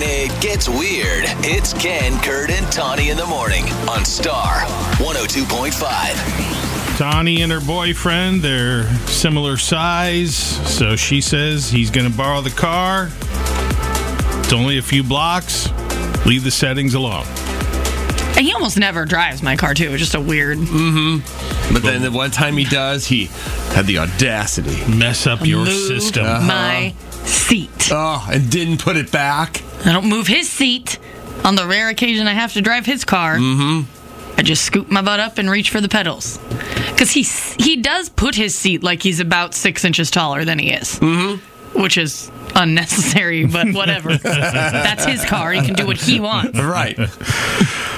gets weird, it's Ken, Kurt, and Tawny in the morning on Star 102.5. Donnie and her boyfriend, they're similar size, so she says he's going to borrow the car. It's only a few blocks. Leave the settings alone. And he almost never drives my car too. It's just a weird But then the one time he does, he had the audacity. Mess up your move system. my seat. Oh, and didn't put it back. I don't move his seat on the rare occasion I have to drive his car. Mm-hmm. I just scoop my butt up and reach for the pedals. Because he, s- he does put his seat like he's about six inches taller than he is. Mm-hmm. Which is unnecessary, but whatever. That's his car. He can do what he wants. Right.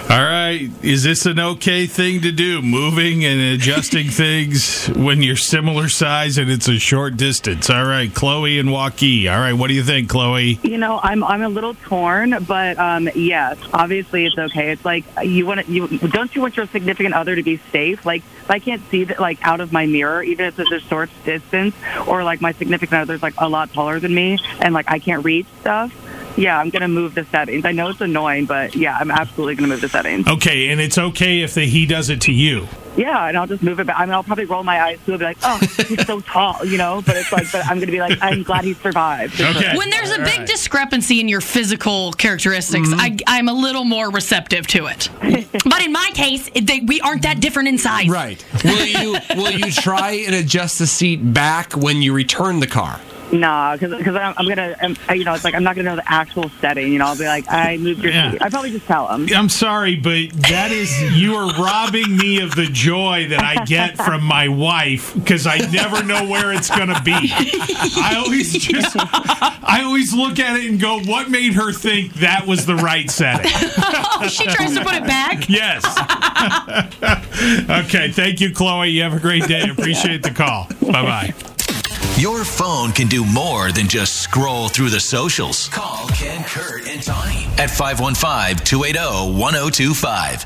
All right, is this an okay thing to do? Moving and adjusting things when you're similar size and it's a short distance. All right, Chloe and Waukee. All right, what do you think, Chloe? You know, I'm I'm a little torn, but um, yes, obviously it's okay. It's like you want to you don't you want your significant other to be safe? Like if I can't see that like out of my mirror, even if it's a short distance, or like my significant other's like a lot taller than me, and like I can't reach stuff. Yeah, I'm gonna move the settings. I know it's annoying, but yeah, I'm absolutely gonna move the settings. Okay, and it's okay if the, he does it to you. Yeah, and I'll just move it back. I mean, I'll probably roll my eyes too and be like, "Oh, he's so tall," you know. But it's like, but I'm gonna be like, "I'm glad he survived." Okay. When there's a big discrepancy in your physical characteristics, I, I'm a little more receptive to it. but in my case, it- they, we aren't that different in size. Right. Will you will you try and adjust the seat back when you return the car? Nah, because I'm, I'm gonna, I'm, I- you know, it's like I'm not gonna know the actual setting. You know, I'll be like, I moved your Yeah. seat. I probably just tell them. I'm sorry, but that is you are robbing me of the joy that I get from my wife because I never know where it's going to be. I always just I always look at it and go, "What made her think that was the right setting?" Oh, she tries to put it back. Yes. okay, thank you, Chloe. You have a great day. Appreciate the call. Bye bye. Your phone can do more than just scroll through the oh, socials. Call Ken, Kurt, and Tawny at 515 280 1025.